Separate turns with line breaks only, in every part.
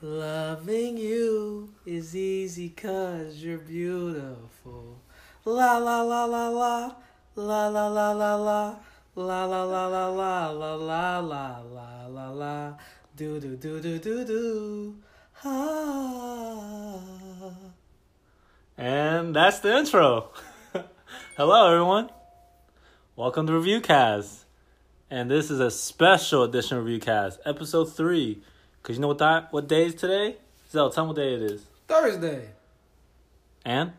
Loving you is easy cause you're beautiful. La la la la la la la la la la la la la la la la la la la la la do do do do do do ha
And that's the intro. Hello, everyone. Welcome to Reviewcast. And this is a special edition of Reviewcast, episode three. Because you know what, that, what day is today? Zell, tell me what day it is.
Thursday
And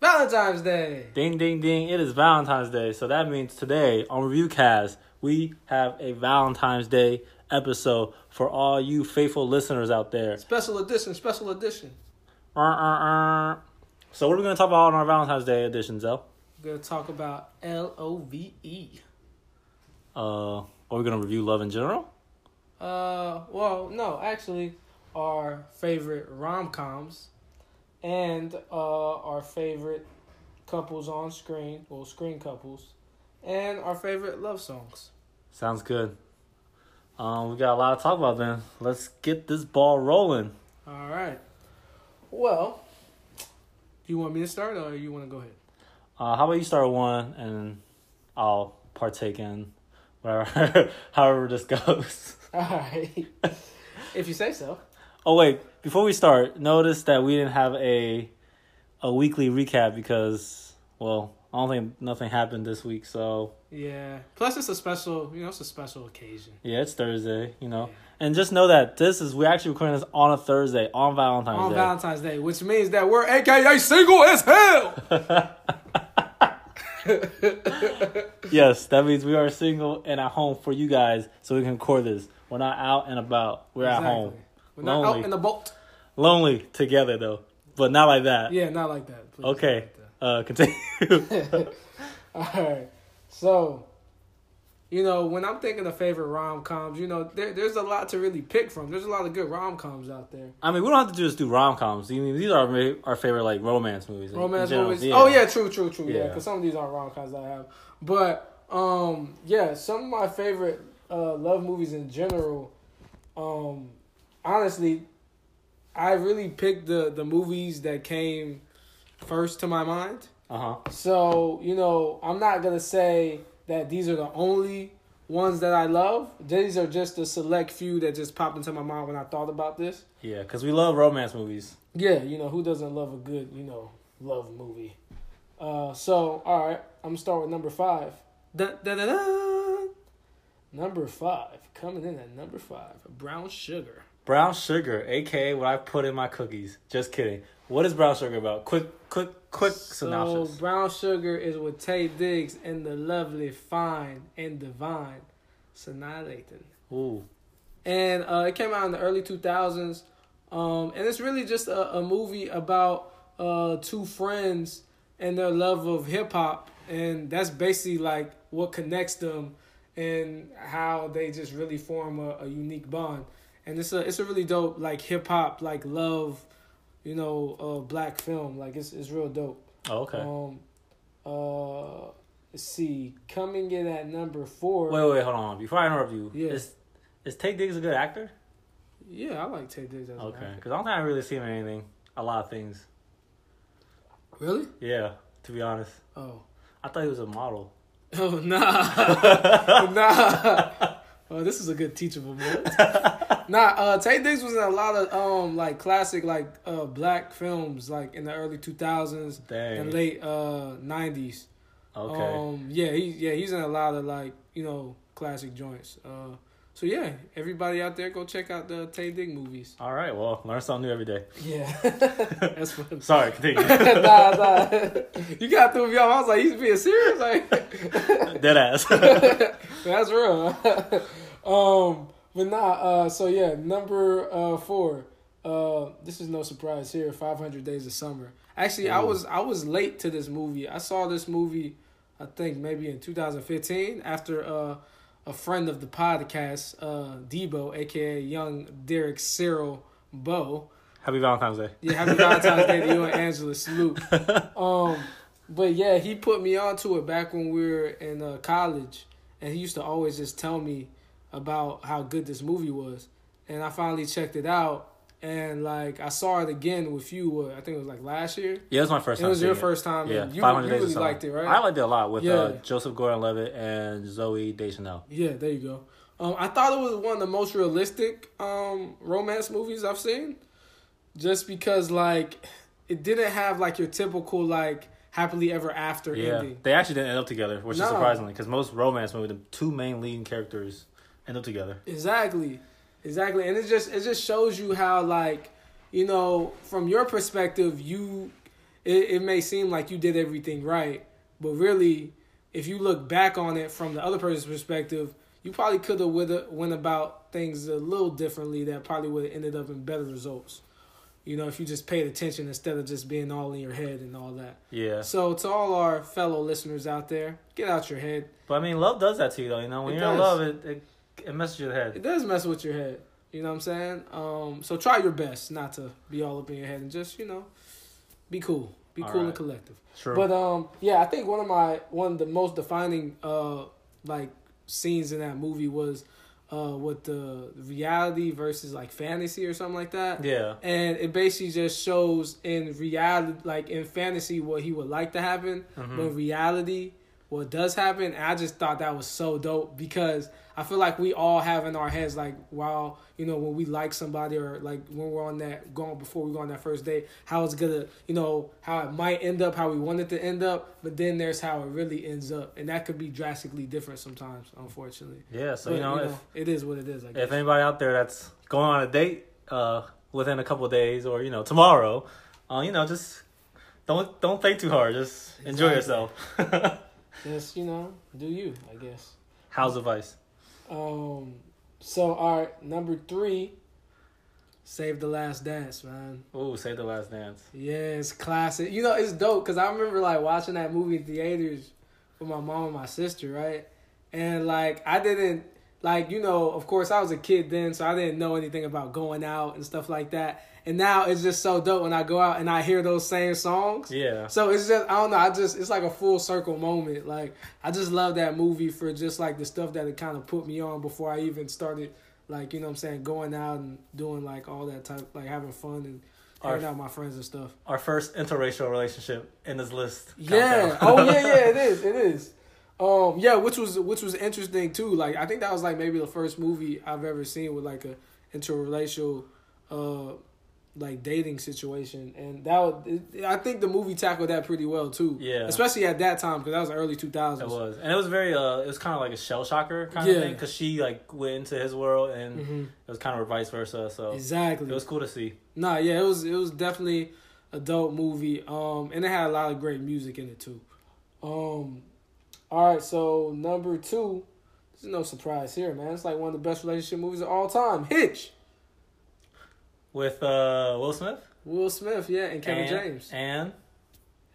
Valentine's Day
ding, ding, ding, it is Valentine's Day. So that means today on Reviewcast, we have a Valentine's Day episode for all you faithful listeners out there.
special edition special edition
Uh, uh, uh. So, what are we going to talk about on our Valentine's Day edition, Zell?
we're gonna talk about L O V E
Uh, are we going to review love in general?
Uh, well, no, actually, our favorite rom coms and uh, our favorite couples on screen, well, screen couples, and our favorite love songs.
Sounds good. Um, we got a lot to talk about then. Let's get this ball rolling.
All right. Well, do you want me to start or you want to go ahead?
Uh, how about you start one and I'll partake in whatever, however this goes.
All right. if you say so.
Oh wait, before we start, notice that we didn't have a a weekly recap because well, I don't think nothing happened this week. So
Yeah. Plus, it's a special, you know, it's a special occasion.
yeah, it's Thursday, you know. And just know that this is we're actually recording this on a Thursday on Valentine's
on
Day.
Valentine's Day, which means that we're AKA single as hell.
Yes, that means we are single and at home for you guys, so we can record this. We're not out and about. We're at home,
Exactly. We're not
Lonely.
out in the boat.
lonely together though, but not like that.
Yeah, not like that. Please,
okay,
not
uh, continue.
like that. All right. So, you know, when I'm thinking of favorite rom coms, you know, there, there's a lot to really pick from. There's a lot of good rom coms out there.
I mean, we don't have to just do rom coms. I mean, these are our, ma- our favorite like romance movies. in- in
Romance
general.
movies. Oh yeah, true, true, true. Yeah,
Yeah.
because some of these aren't rom coms I have, but um, yeah, some of my favorite uh love movies in general. Um, honestly, I really picked the the movies that came first to my mind.
Uh huh.
So, you know, I'm not going to say that these are the only ones that I love. These are just a select few that just popped into my mind when I thought about this.
Yeah, because we love romance movies.
Yeah, you know, who doesn't love a good, you know, love movie? Uh, so, all right, I'm going to start with number five. Da, da, da, da. Number five, coming in at number five, Brown Sugar.
Brown sugar, aka what I put in my cookies. Just kidding. What is brown sugar about? Quick, quick, quick synopsis.
So, Brown Sugar is with Tay Diggs and the lovely, fine, and divine Sanaa Lathan.
Ooh,
and uh, it came out in the early 2000s um, and it's really just a, a movie about uh, two friends and their love of hip-hop and that's basically like what connects them and how they just really form a, a unique bond and it's a it's a really dope like hip-hop like love you know uh, black film like it's, it's real dope
oh, okay.
um uh let's see coming in at number four
wait, wait, hold on. Before I interrupt you,
Yeah.
is is Tate Diggs a good actor?
yeah i like tay diggs as an
Okay,
actor.
because I don't think I really seen him in anything. A lot of things.
really
Yeah, to be honest,
oh
I thought he was a model.
Oh nah, nah. Oh, this is a good teachable moment. nah, uh, Tay Diggs was in a lot of um like classic like uh black films like in the early two thousands
Dang.
and late uh nineties.
okay.
Um, yeah, he yeah he's in a lot of like you know classic joints. Uh, so yeah, everybody out there go check out the Tay Diggs movies.
All right. Well, learn something new every day.
Yeah, that's what.
Sorry. Continue.
nah, nah. You got through me off. I was like, he's being serious. Like.
Dead ass.
That's real. um, but nah. Uh, so yeah, number uh four. Uh, this is no surprise here. Five hundred days of summer. Actually, I
Ooh.
was I was late to this movie. I saw this movie, I think maybe in two thousand fifteen after uh a friend of the podcast, uh Debo, aka Young Derek Cyril Bo.
Happy Valentine's Day.
Yeah, happy Valentine's Day to you and Angela. Salute. Um, but yeah, he put me onto it back when we were in uh, college, and he used to always just tell me about how good this movie was. And I finally checked it out, and like I saw it again with you. Uh, I think it was like last year.
Yeah, it was my first
It
time.
was
seeing
your first time.
Yeah,
and you,
500
you
Days of
really
Summer.
liked it, right?
I liked it a lot with uh,
Yeah.
Joseph Gordon-Levitt and Zoe Deschanel.
yeah, there you go. Um, I thought it was one of the most realistic um, romance movies I've seen, just because like it didn't have like your typical like happily ever after
Yeah,
ending.
they actually didn't end up together, which
No.
is surprisingly because most romance movies, the two main leading characters end up together.
Exactly, exactly, and it just it just shows you how like you know from your perspective you it, it may seem like you did everything right, but really if you look back on it from the other person's perspective, you probably could have with went about things a little differently that probably would have ended up in better results. You know, if you just paid attention instead of just being all in your head and all that.
Yeah,
So to all our fellow listeners out there, get out your head.
but I mean, love does that to you, though. You know, when
It
you're in
does.
love, it it, it messes your head.
It does mess with your head. You know what I'm saying? Um, so try your best not to be all up in your head and just you know, be cool, be
All
cool and
right.
collective.
True.
But um, yeah, I think one of my one of the most defining uh like scenes in that movie was uh with the reality versus like fantasy or something like that.
yeah,
And it basically just shows in reality, like in fantasy, what he would like to happen, but
Mm-hmm.
in reality, what does happen. And I just thought that was so dope because I feel like we all have in our heads, like, wow, you know, when we like somebody or like when we're on that going before we go on that first date, how it's gonna, you know, how it might end up, how we want it to end up, but then there's how it really ends up, and that could be drastically different sometimes, unfortunately.
yeah. So
But,
you know, if
it is what it is. I guess.
if anybody out there that's going on a date uh within a couple of days or you know tomorrow, uh, you know, just don't don't think too hard. Just enjoy
Exactly.
yourself.
Just you know, do you? I guess.
How's advice?
Um. So, all right, number three. Save the Last Dance, man.
Ooh, say the last dance.
Yeah, it's classic. You know, it's dope because I remember like watching that movie in theaters with my mom and my sister, right? And like I didn't like you know, of course I was a kid then, so I didn't know anything about going out and stuff like that. And now it's just so dope when I go out and I hear those same songs.
Yeah.
So it's just I don't know. I just it's like a full circle moment. Like I just love that movie for just like the stuff that it kind of put me on before I even started. Like you know what I'm saying, going out and doing like all that type, like having fun and hanging
Our-
out with my friends and stuff.
Our first interracial relationship in this list.
Yeah.
Countdown.
oh yeah, yeah. It is. It is. Um. Yeah. Which was which was interesting too. Like I think that was like maybe the first movie I've ever seen with like a interracial, uh, like dating situation, and that was, it, I think the movie tackled that pretty well too.
Yeah.
Especially at that time because that was the early two
It
thousands.
was, and it was very. Uh, it was kind of like a shell shocker kind
Yeah. Mm-hmm.
of thing because she like went into his world, and it was kind of vice versa. So
Exactly.
it was cool to see.
Nah, yeah, it was it was definitely a dope movie. Um, and it had a lot of great music in it too. Um, all right, so number two, this is no surprise here, man. It's like one of the best relationship movies of all time, Hitch.
With uh, Will Smith
Will Smith, yeah, and Kevin
and,
James.
and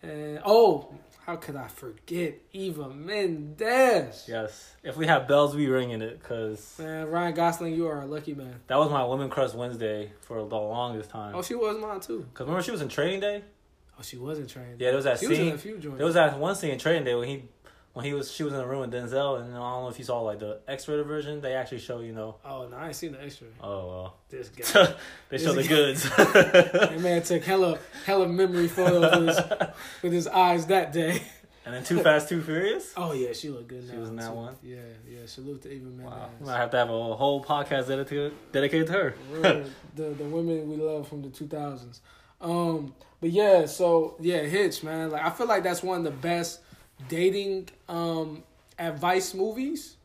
And oh, how could I forget Eva Mendes?
yes, if we have bells, we ring in it because
Man, Ryan Gosling, you are a lucky man.
that was my Women Crush Wednesday for the longest time.
Oh, she was mine too.
Cause remember she was in Training Day.
Oh, she wasn't trained.
Yeah, there was that
she was in
scene.
a few joints.
There was that one scene in Training Day when he, when he was she was in the room with Denzel, and I don't know if you saw like the X-rated version. They actually show you know.
oh, no, I ain't seen the extra.
Oh well.
This guy.
they show the
It's-
goods.
That man took hella hella memory photos with his, with his eyes that day.
and then Too Fast, Too Furious.
Oh yeah, she looked good.
She was in that one?
Yeah, yeah. Salute to Eva
Wow, we
Mendes.
might have to have a whole podcast dedicated dedicated to her.
Word. the the women we love from the two thousands. Um, but yeah, so yeah, Hitch, man. Like I feel like that's one of the best dating um advice movies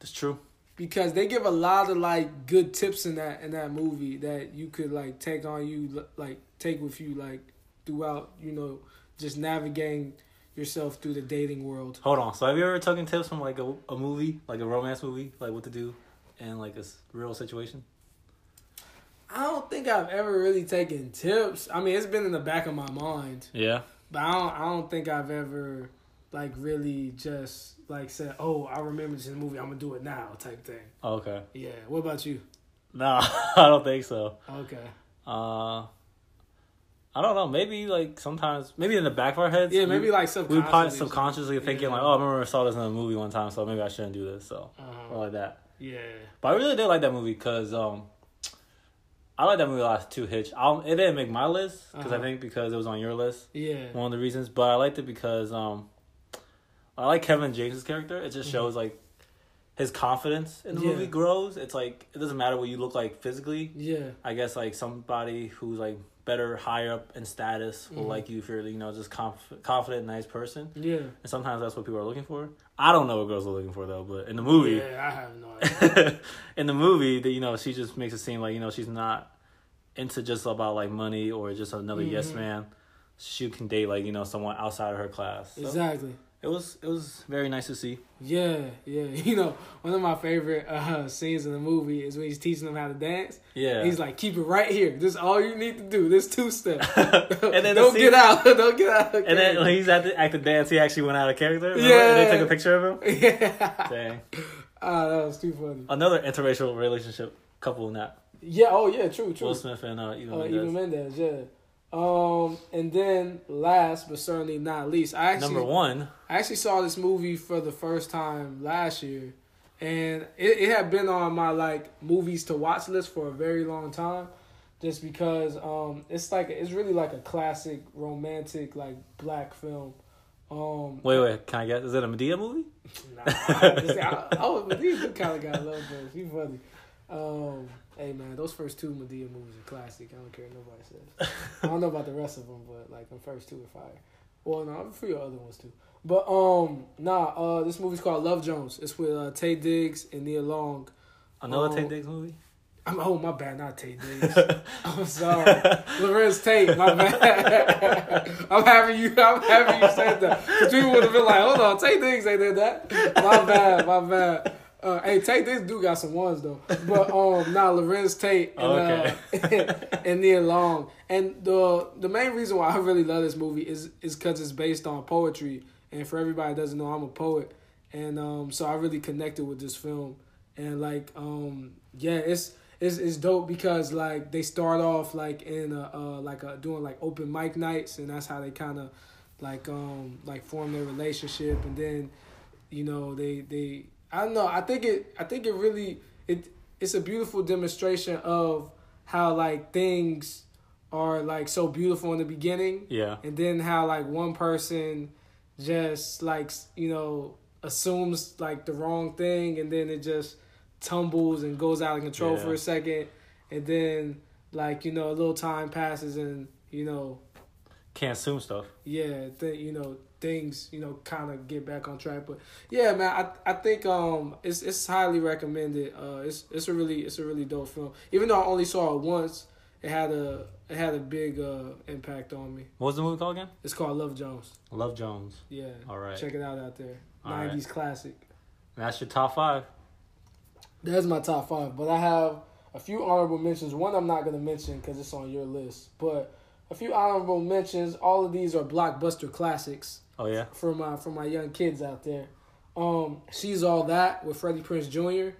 That's true.
because they give a lot of like good tips in that in that movie that you could like take on you like take with you like throughout you know just navigating yourself through the dating world.
Hold on. So have you ever taken tips from like a, a movie, like a romance movie, like what to do in like a s- real situation?
I don't think I've ever really taken tips. I mean, it's been in the back of my mind,
Yeah.
but I don't I don't think I've ever like really just like said, "Oh, I remember this movie. I'm gonna do it now." type thing.
Oh, Okay.
Yeah. What about you?
Nah, I don't think so.
Okay.
Uh, I don't know. Maybe like sometimes, maybe in the back of our heads.
Yeah, maybe
we,
like
we probably
subconsciously.
subconsciously thinking
Yeah.
like, oh, I remember I saw this in a movie one time, so maybe I shouldn't do this. So or
uh
like that.
Yeah.
But I really did like that movie because um, I like that movie a lot too. Hitch. I, it didn't make my list because I
Uh-huh.
think because it was on your list.
Yeah.
One of the reasons, but I liked it because um, I like Kevin James's character. It just
Mhm.
shows like his confidence in the
Yeah.
movie grows. It's like it doesn't matter what you look like physically.
Yeah.
I guess like somebody who's like better higher up in status will
Mhm.
like you if you're you know just conf- confident, nice person.
Yeah.
And sometimes that's what people are looking for. I don't know what girls are looking for though, but in the movie,
Yeah, I have no idea.
in the movie that you know she just makes it seem like you know she's not into just about like money or just another yes
Mhm.
man she can date like you know someone outside of her class So
exactly.
it was it was very nice to see
Yeah, yeah. You know, one of my favorite uh, scenes in the movie is when he's teaching them how to dance.
yeah
He's like, "Keep it right here. This is all you need to do. This two step.
And then the
don't
scene-
get out. Don't get out." Okay?
and then when he's at the, at the dance he actually went out of character remember?
Yeah.
and they took a picture of him
yeah.
dang
Ah, that was too funny.
another interracial relationship couple in that
Yeah. Oh, yeah. True. True.
will smith and uh, Eva
Uh,
Mendes.
even Mendez. Yeah. Um, and then last but certainly not least, I actually
number one
I actually saw this movie for the first time last year, and it, it had been on my like movies to watch list for a very long time, just because um it's like it's really like a classic romantic like black film. Um,
wait wait can i guess is it a medea movie
nah, I, I, I was Medea kind of got love, but she funny. Um, hey man, those first two Medea movies are classic. I don't care what nobody says. I don't know about the rest of them, but like the first two are fire. Well, no, I'm free of other ones too. But um, nah, uh, this movie's called Love Jones. It's with uh, Tay Diggs and Nia Long.
another
Oh.
Ted Diggs movie
I'm oh my bad, not Tay Diggs. I'm sorry, Lorenz Tate. My bad. I'm having you. I'm having you say that. Because people would have been like, hold on, Tay Diggs ain't did that. My bad. My bad. Uh, hey, Tay Diggs do got some ones though. But um, nah, Lorenz Tate and
Okay.
uh, and Nia Long. And the the main reason why I really love this movie is is because it's based on poetry. And for everybody that doesn't know, I'm a poet, and um, so I really connected with this film. And like, um, yeah, it's it's it's dope because like they start off like in a, uh like a, doing like open mic nights, and that's how they kind of like um like form their relationship, and then you know they they I don't know I think it I think it really it it's a beautiful demonstration of how like things are like so beautiful in the beginning
yeah
and then how like one person just like s- you know assumes like the wrong thing and then it just tumbles and goes out of control for
Yeah.
a second and then like you know a little time passes and you know
can't assume stuff
yeah th- you know things you know kind of get back on track but yeah man i i think um it's it's highly recommended uh it's it's a really it's a really dope film even though i only saw it once it had a it had a big uh impact on me
what was the movie called again
it's called love jones
love jones
yeah.
all right
Check it out out there.
All right.
90s classic.
And That's your top five.
That's my top five, but I have a few honorable mentions. One I'm not going to mention because it's on your list, but a few honorable mentions. All of these are blockbuster classics
Oh yeah.
for my for my young kids out there. Um, she's all that with Freddie Prince Jr.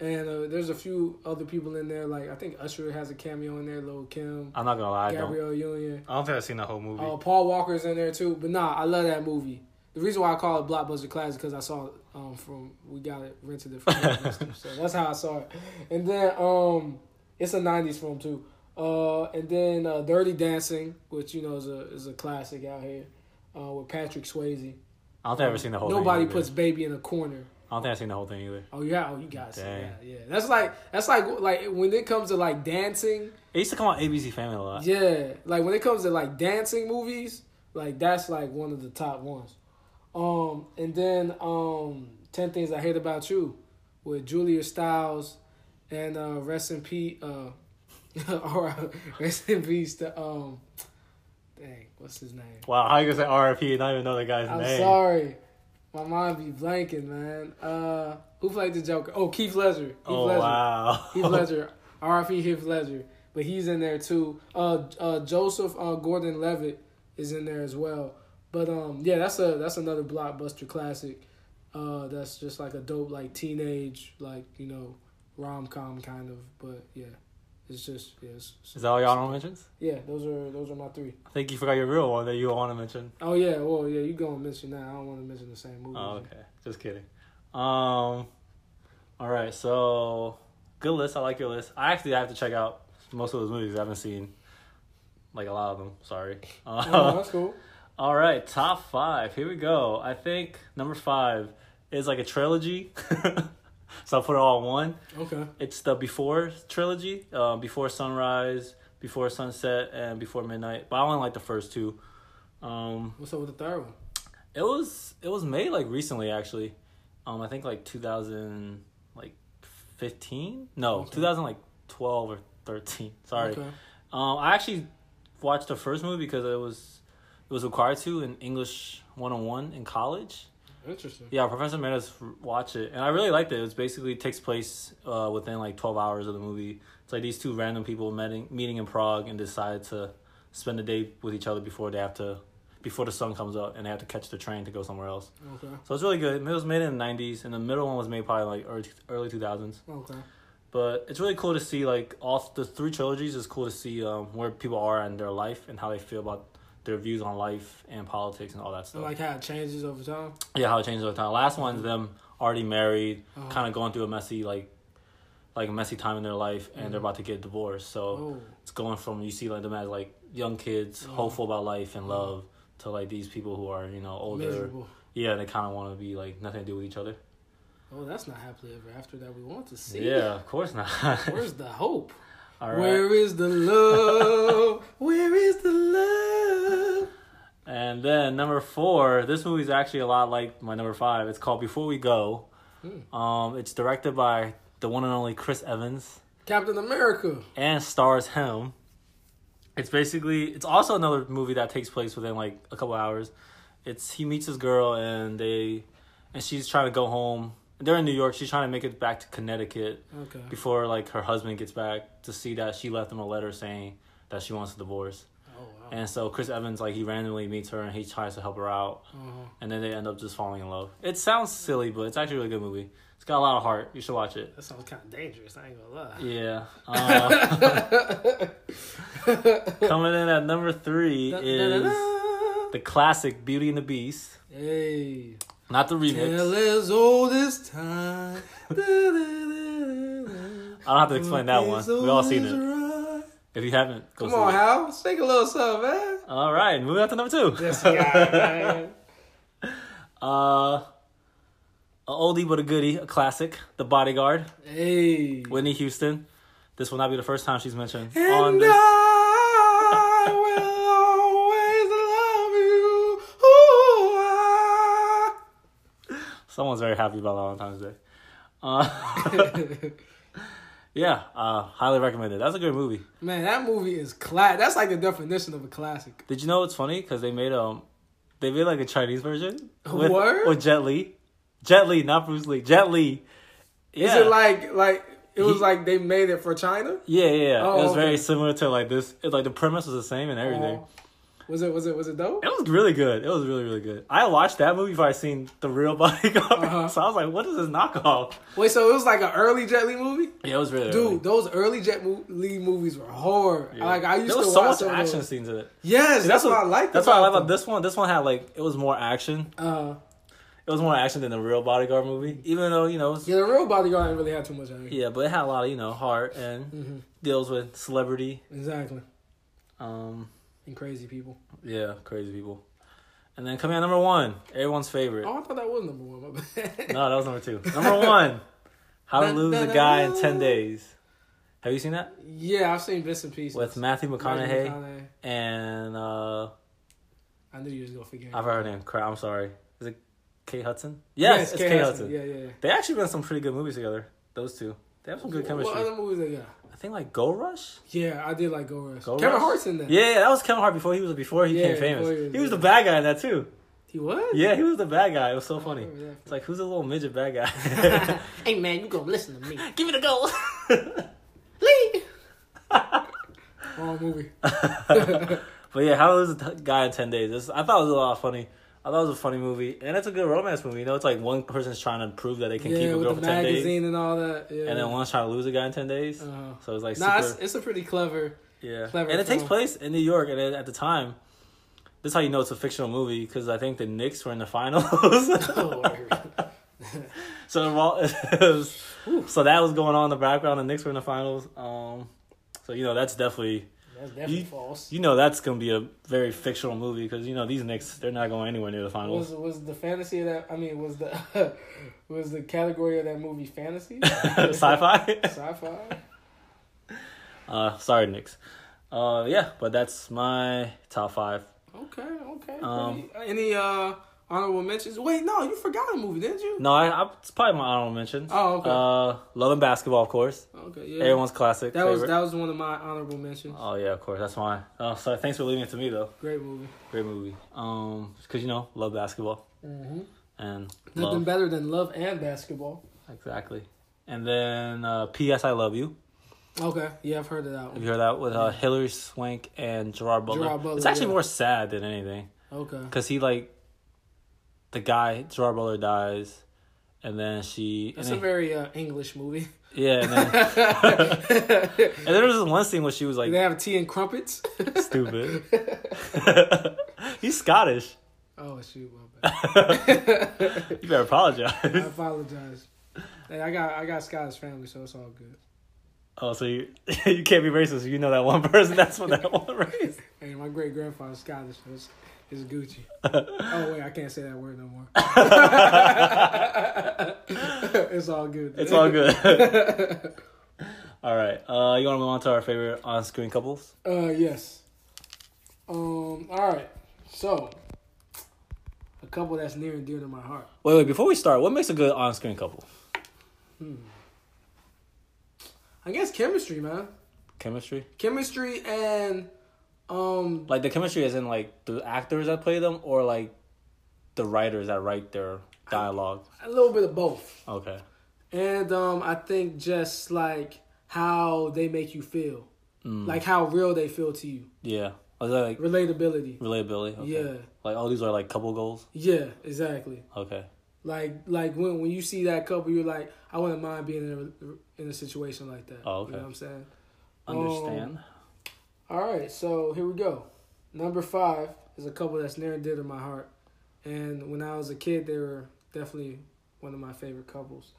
And uh, there's a few other people in there. Like I think Usher has a cameo in there. Lil Kim,
I'm not gonna lie. I don't.
Gabrielle Union.
I don't think I've seen the whole movie.
Uh, Paul Walker's in there too, but nah, I love that movie. The reason why I call it blockbuster classic because I saw it um, from we got it rented it from Blockbuster, so that's how I saw it. And then um, it's a '90s film too. Uh, and then uh, Dirty Dancing, which you know is a is a classic out here uh, with Patrick Swayze.
I don't think I've ever seen the whole.
Nobody
thing either.
puts baby in a corner.
I don't think I've seen the whole thing either.
Oh yeah, oh you guys,
Dang.
yeah, yeah. That's like that's like like when it comes to like dancing.
It used to come on ABC Family a lot.
Yeah, like when it comes to like dancing movies, like that's like one of the top ones. Um, and then um, Ten Things I Hate About You, with Julia Stiles, and uh, rest in peace. Uh, all right, rest in peace to um, dang, what's his name?
Wow, how you gonna say RFP and not even know the guy's
I'm
name?
sorry, my mind be blanking, man. Uh, who played the Joker? Oh, Keith Ledger. Heath
Oh
Ledger.
wow.
Heath Ledger, R.F.E. Heath Ledger, but he's in there too. Uh, uh, Joseph uh, Gordon-Levitt is in there as well. But um, yeah, that's a that's another blockbuster classic. Uh, that's just like a dope like teenage like you know rom com kind of. But yeah, It's just yeah. It's, it's-
Is that all y'all want to mention?
Yeah, those are those are my three.
I think you forgot your real one that you want to mention.
Oh yeah, well yeah, you gonna mention that? I don't want to mention the same movie.
Oh, okay. Just kidding. Um, all right. So good list. I like your list. I actually have to check out most of those movies I haven't seen, like a lot of them. Sorry. Uh,
Oh, that's cool.
all right, top five. Here we go. I think number five is like a trilogy. so I'll put it all in one.
Okay.
It's the Before trilogy, uh, Before Sunrise, Before Sunset, and Before Midnight. But I only like the first two. Um,
What's up with the third one?
it was it was made like recently actually, um I think like two thousand like fifteen no
Okay.
two thousand like twelve or thirteen sorry
Okay.
um I actually watched the first movie because it was it was required to in English one on one in college
Interesting.
yeah Professor made us r- watch it and I really liked it it was basically takes place uh within like twelve hours of the movie it's like these two random people meeting meeting in Prague and decide to spend the day with each other before they have to before the sun comes up and they have to catch the train to go somewhere else.
Okay.
So it's really good. It was made in the '90s, and the middle one was made probably like early early 2000s.
Okay.
But it's really cool to see like all the three trilogies. It's cool to see um, where people are in their life and how they feel about their views on life and politics and all that
And
stuff.
like how it changes over time.
yeah, how it changes over time. Last one's them already married,
Oh.
kind of going through a messy like like a messy time in their life, and they're
Mhm.
about to get divorced. So
Oh.
it's going from you see like them as like young kids,
Yeah.
hopeful about life and
Mhm.
love, to like these people who are you know older.
Miserable.
Yeah, they kind of want to be like nothing to do with each other.
Oh, that's not happily ever after that we want to see.
Yeah, of course not.
Where's the hope?
All right.
Where is the love? Where is the love?
And then number four, this movie's actually a lot like my number five. It's called Before We Go.
Hmm.
Um, it's directed by the one and only Chris Evans
Captain America.
and stars him. It's basically it's also another movie that takes place within like a couple hours. It's he meets his girl and they and she's trying to go home. They're in New York. She's trying to make it back to Connecticut
Okay.
before like her husband gets back to see that she left him a letter saying that she wants a divorce.
Oh wow.
And so Chris Evans like he randomly meets her and he tries to help her out
Uh-huh.
and then they end up just falling in love. It sounds silly, but it's actually a really good movie. It's got a lot of heart. You should watch it.
That sounds kind of dangerous. I ain't gonna lie.
Yeah. Uh, coming in at number three
Da- da- da-
is
da.
the classic Beauty and the Beast,
Hey.
not the
Tell
remix.
as old as time. Da- da- da- da- da.
I don't have to explain that one.
As
We all
old
seen
as
it.
right.
If you haven't, go
Come
see
on,
it.
Hal. Sing a little something, man.
All right, moving on to number two.
This guy, man.
Uh, a oldie but a goodie, a classic, The Bodyguard,
Hey.
Whitney Houston. This will not be the first time she's mentioned on
And
this.
I will always love you. Ooh, I-
Someone's very happy about Valentine's Day. Uh, yeah, uh, highly recommended. That's a good movie.
Man, that movie is class. That's like the definition of a classic.
Did you know it's funny? Because they made um, they made like a Chinese version with
What?
with Jet Li, Jet Li, not Bruce Lee, Jet Li. Yeah.
Is it like like it was
He-
like they made it for China?
yeah, yeah, yeah.
Oh,
it was
okay.
very similar to like this. It, like the premise was the same and everything.
Oh. was it was it was it dope?
It was really good. It was really, really good. I watched that movie before I seen the real bodyguard,
Uh-huh.
so I was like, "What is this knockoff?"
Wait, so it was like an early Jet Li movie?
Yeah, it was really
Dude,
early.
those early Jet Mo- Lee movies were hard.
Yeah.
Like I used
there was
to
so
watch
much
some of
action
those.
scenes in it.
Yes, that's, what, I like.
That's what I like about this one. This one had like it was more action.
Uh,
It was more action than the real bodyguard movie. Even though you know, it was- yeah.
yeah, the real bodyguard didn't really have too much action.
but it had a lot of you know heart and
Mm-hmm.
deals with celebrity.
Exactly,
Um,
and crazy people.
yeah, crazy people. And then coming out number one, everyone's favorite.
Oh, I thought that was number one. My bad.
No, that was number two. Number one, How to
Dun,
Lose
dun,
a
dun,
Guy in
dun.
Ten Days. Have you seen that
Yeah, I've seen bits and pieces.
with Matthew
Matthew
McConaughey
McConaughey.
and uh,
I knew you was gonna forget.
I forgot her name. Crap, I'm sorry. Is it Kate Hudson? Uh, Yes, it's Kate, Hudson.
Yeah, yeah, yeah.
They actually been some pretty good movies together. Those two, they have some good chemistry.
What other movies they got?
I think like Gold Rush.
Yeah, I did like Go Rush.
Go
Kevin
Rush?
Hart's in that.
Yeah, yeah, that was Kevin Hart before he was before he
Yeah,
became famous.
before he was-
He was the bad guy in that too.
He was?
Yeah, he was the bad guy. It was so
I
funny.
remember
It's like who's a little midget bad guy?
hey man, you gonna listen to me.
Give it a go.
Lee! Wrong movie.
but yeah, how was the guy in ten days? It's, I thought it was a lot funny. I thought it was a funny movie, and it's a good romance movie. You know, it's like one person's trying to prove that they can
yeah,
keep a
with
girl
the
for ten
magazine
days,
and all that. Yeah.
and then one's trying to lose a guy in ten days.
Uh-huh.
So it's like
Nah,
super,
it's, it's a pretty clever.
yeah,
clever
and it takes
film.
place in New York, and then at the time, this is how you know it's a fictional movie because I think the Knicks were in the finals.
Oh,
So it wa- it was- so that was going on in the background. The Knicks were in the finals. Um, so you know that's definitely
that's definitely
You-
false.
you know that's gonna be a very fictional movie because you know these Knicks they're not going anywhere near the
was
finals.
was the fantasy of that? I mean, was the was the category of that movie fantasy?
Sci-fi.
Sci-fi.
Uh, sorry, Knicks. Uh, yeah, but that's my top five.
Okay, okay.
Um,
pretty- any uh honorable mentions? Wait, no, you forgot a movie, didn't you?
No, I, I it's probably my honorable mentions.
Oh, okay.
Uh, Love and Basketball, of course.
Okay, yeah.
Everyone's classic.
that was
favorite.
that was one of my honorable mentions.
Oh yeah, of course. That's mine. Oh, sorry. Thanks for leaving it to me though.
Great movie.
Great movie. Um, because you know, love basketball
Mm-hmm.
and
Nothing
love.
better than love and basketball.
Exactly. And then uh, P.S. I Love You.
Okay, yeah, I've heard of that
Have
one.
you heard that with uh, Hillary Swank and Gerard Butler?
Gerard Butler,
it's actually
yeah.
more sad than anything
Okay.
because he like the guy Gerard Butler dies, and then she and
That's a
then,
very uh, English movie.
yeah, and then,
they
and there was this one scene where she was like
have tea and crumpets.
stupid. He's Scottish.
oh shoot, my bad.
You
I
better apologize.
apologize. Hey, I got I got Scott's family, so it's all good.
Oh, so you you can't be racist. You know that one person. That's what that one race.
Hey, my great grandfather's Scottish, so it's, it's Gucci. oh wait, I can't say that word no more. it's all good.
It's all good. All right. Uh, you want to move on to our favorite on-screen couples?
Uh, yes. Um. All right. So, a couple that's near and dear to my heart.
Wait, wait. Before we start, what makes a good on-screen couple?
I guess chemistry, man.
Chemistry.
Chemistry and um.
Like the chemistry is in like the actors that play them, or like the writers that write their dialogue.
A little bit of both.
Okay.
And um, I think just like how they make you feel,
Mm.
like how real they feel to you,
Yeah. Was that like
relatability.
relatability? Okay.
Yeah,
Like all these are like couple goals.
yeah, exactly.
Okay.
Like like when when you see that couple, you're like, I wouldn't mind being in a in a situation like that.
Oh, okay.
You know what I'm saying?
Understand.
All right, so here we go. Number five is a couple that's near and dear to my heart, and when I was a kid, they were definitely one of my favorite couples,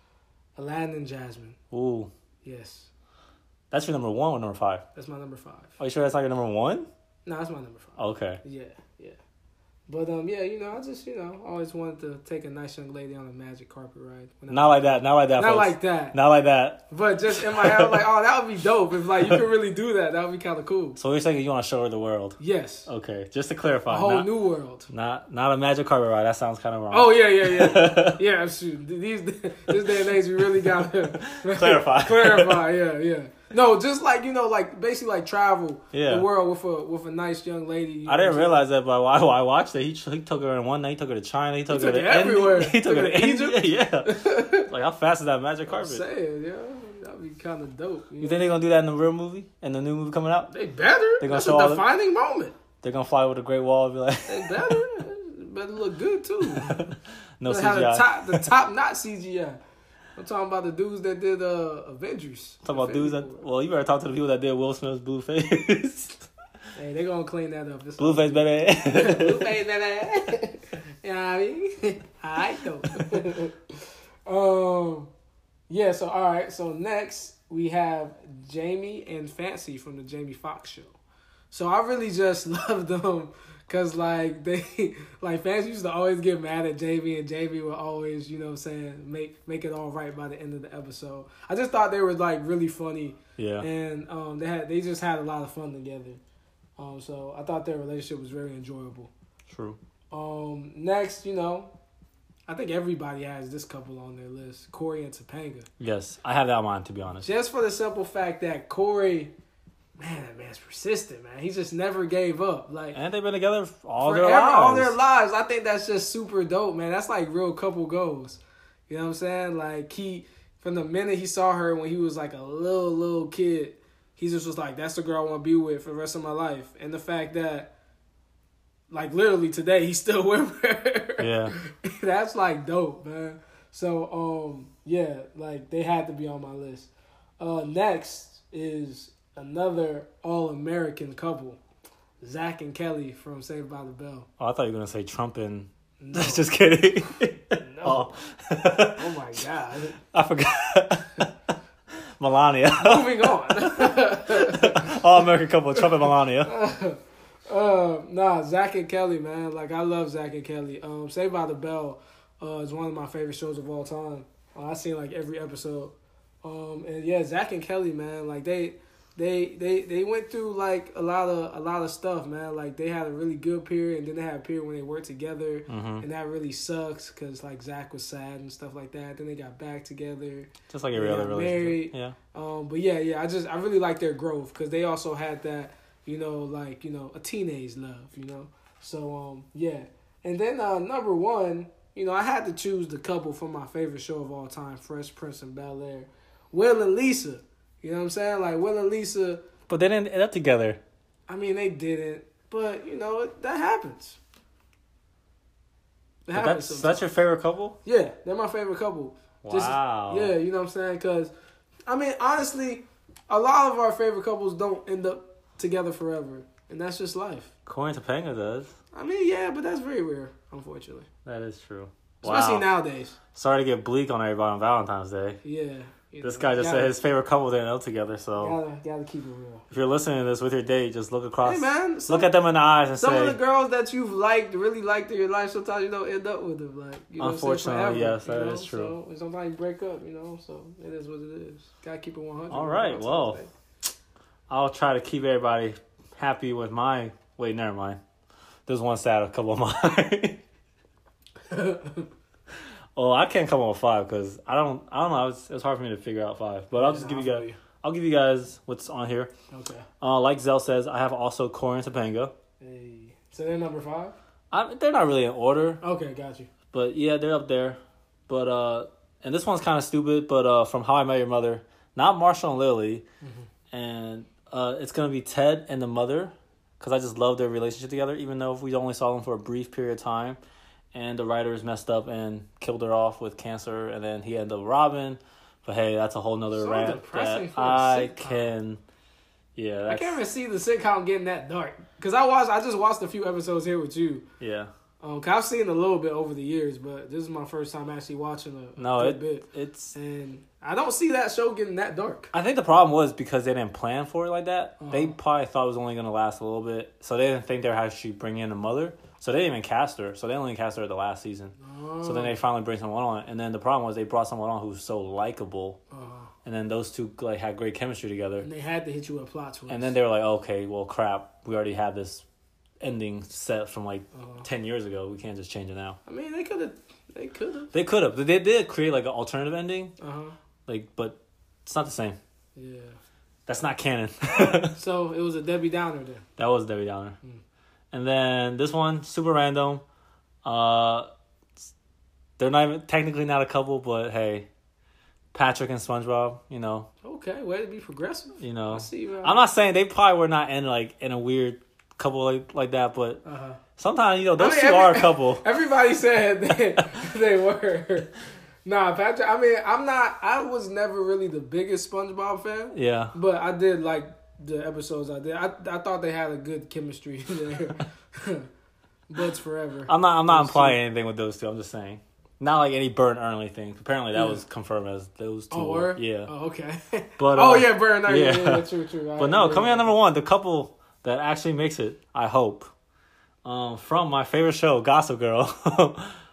Aladdin and Jasmine.
Ooh,
Yes,
that's your number one or number five?
that's my number five.
Are you sure that's not your number one?
No, that's my number five.
Okay.
Yeah, yeah. But um, yeah, you know, I just you know always wanted to take a nice young lady on a magic carpet ride. When I-
Not like that. Not like that.
not
folks.
like that.
Not like that.
But just in my head, I'm like, oh, that would be dope if like you could really do that. That would be kind of cool.
So you're saying you want to show her the world?
Yes,
Okay, just to
a
clarify,
whole
not,
new world.
not not a magic carpet ride. That sounds kind of wrong.
Oh yeah, yeah, yeah, yeah. Shoot, these this day and age, we really gotta
Clarify.
clarify. Yeah, yeah. No, just like you know, like basically like travel
Yeah.
the world with a with a nice young lady. you
I
know
didn't
what I'm
realize that, but while I watched it, he, he took her in one night. He took her to China. He took
He
her
took
to
her everywhere.
India, He took her to Egypt. Yeah. like how fast is that magic carpet?
saying? Saying, yeah, that'd be kind of dope.
You think they're gonna do that in the real movie and the new movie coming out?
They better.
They gonna
That's
show
a
all the-
defining moment.
They're gonna fly with a great wall and be like,
They better. better look good too.
no
They had the
CGI.
top, the top not CGI. I'm talking about the dudes that did uh, Avengers.
Talk about dudes that. Well, you better talk to the people that did Will Smith's blue face.
Hey, they gonna clean that up. It's
blue face, baby.
Blueface, baby. you know what I mean? I know. um, yeah. So all right. So next we have Jamie and Fancy from the Jamie Foxx show. So I really just love them because like they like Fancy used to always get mad at Jamie and Jamie would always you know what I'm saying make make it all right by the end of the episode. I just thought they were like really funny
yeah.
and um, they had they just had a lot of fun together. Um, so I thought their relationship was very enjoyable.
True.
Um, next, you know, I think everybody has this couple on their list, Corey and Topanga.
Yes, I have that on mine to be honest.
Just for the simple fact that Corey, man, that man's persistent, man. He just never gave up. Like
And they've been together all
forever,
their lives.
all their lives. I think that's just super dope, man. That's like real couple goals. You know what I'm saying? Like he, from the minute he saw her when he was like a little little kid, he just was like, "That's the girl I want to be with for the rest of my life." And the fact that like literally today he's still with her.
Yeah.
That's like dope, man. So um yeah, like they had to be on my list. Uh next is another all American couple. Zach and Kelly from Saved by the Bell.
Oh, I thought you were gonna say Trump and.
No.
Just kidding.
No.
Oh.
Oh my god.
I forgot. Melania.
Moving on.
All American couple, Trump and Melania.
Uh, nah, Zach and Kelly, man. Like I love Zach and Kelly. Um, Saved by the Bell, uh, is one of my favorite shows of all time. Uh, I seen like every episode. Um, and yeah, Zach and Kelly, man. Like they, they, they, they went through like a lot of a lot of stuff, man. Like they had a really good period, and then they had a period when they worked together,
hmm
and that really sucks because like Zach was sad and stuff like that. Then they got back together.
Just like every
Yeah,
other
married.
relationship. Yeah.
Um, but yeah, yeah, I just I really like their growth because they also had that, you know, like you know, a teenage love, you know. So um, yeah, and then uh, number one, you know, I had to choose the couple from my favorite show of all time, Fresh Prince and Bel Air, Will and Lisa. You know what I'm saying? Like Will and Lisa.
But they didn't end up together.
I mean, they didn't, but you know it- that happens. It
But
happens.
that's that's your favorite couple.
sometimes. yeah, they're my favorite couple. Just-
Wow.
Yeah, you know what I'm saying? Because, I mean, honestly, a lot of our favorite couples don't end up together forever. And that's just life.
Corin Topanga does.
I mean, yeah, but that's very rare, unfortunately.
That is true.
Especially
Wow.
nowadays.
Sorry to get bleak on everybody on Valentine's Day.
Yeah. you
This
know,
guy
gotta,
just said his favorite couple didn't end up together. So
Gotta, gotta keep it real.
if you're listening to this with your date, just look across,
Hey, man. Some,
Uh, look at them in the eyes, and
some of the
say,
girls that you've liked, really liked in your life, sometimes you don't end up with them. Like, you know what I'm saying,
Unfortunately,
forever,
yes,
you
that
know?
is true.
So, and sometimes you break up, you know? So, it is what it is. Gotta keep it 100.
All right,
Valentine's
well.
Day.
"I'll try to keep everybody happy with my." Wait, never mind. There's one sad, a couple of mine. Oh, I can't come up with five because I don't. I don't know. It's, it's hard for me to figure out five. But I'll just give you guys. I'll give you guys what's on here.
Okay.
Uh, like Zell says, I have also Corin Topanga.
Hey. So, they're number five?
I, they're not really in order,
Okay, got you.
but yeah, they're up there. But uh, and this one's kind of stupid. But uh, from How I Met Your Mother, not Marshall and Lily,
Mm-hmm.
and uh, it's gonna be Ted and the mother, because I just love their relationship together. Even though we only saw them for a brief period of time, and the writers messed up and killed her off with cancer, and then he ended up Robin. But hey, that's a whole nother
So
rant
depressing
that
for a
I
sitcom.
can. Yeah,
I
that's,
can't even see the sitcom getting that dark. Cause I watched, I just watched a few episodes here with you.
yeah.
Um, i I've seen a little bit over the years, but this is my first time actually watching a, a
No,
good
it-
bit.
It's
And I don't see that show getting that dark.
I think the problem was because they didn't plan for it like that. They
Uh-huh.
probably thought it was only going to last a little bit, so they didn't think they were actually bringing in a mother. So they didn't even cast her. So they only cast her at the last season. So
Uh-huh.
then they finally bring someone on, and then the problem was they brought someone on who's so likable,
Uh,
and then those two like had great chemistry together.
and they had to hit you with plot twist.
And then they were like, okay, well, crap, we already had this ending set from like
Uh,
ten years ago. We can't just change it now.
I mean, they could have, they could have.
They could have. They did create like an alternative ending,
Uh huh.
like, but it's not the same.
Yeah.
That's not canon.
So it was a Debbie Downer then.
That was Debbie Downer.
Mm.
And then this one, super random. Uh, they're not even technically not a couple, but hey, Patrick and SpongeBob. You know,
Okay, way to be progressive.
you
I
know.
see you.
I'm not saying they probably were not in like in a weird couple like, like that, but
Uh huh.
sometimes you know those
mean,
two are a
every-
couple.
Everybody said they, they were. Nah, Patrick. I mean, I'm not. I was never really the biggest SpongeBob fan,
Yeah,
but I did like the episodes I did. I I thought they had a good chemistry there. Buds forever.
I'm not. I'm not
Those two.
implying anything with those two. I'm just saying, not like any burn or anything. Apparently, that
Yeah.
was confirmed as those two.
Oh,
were.
were?
Yeah,
Oh, okay.
but
oh
uh,
yeah, Burn. Yeah. yeah,
yeah.
yeah, true, true. I
But no,
agree.
coming at number one, the couple that actually makes it, I hope, um, from my favorite show, Gossip Girl,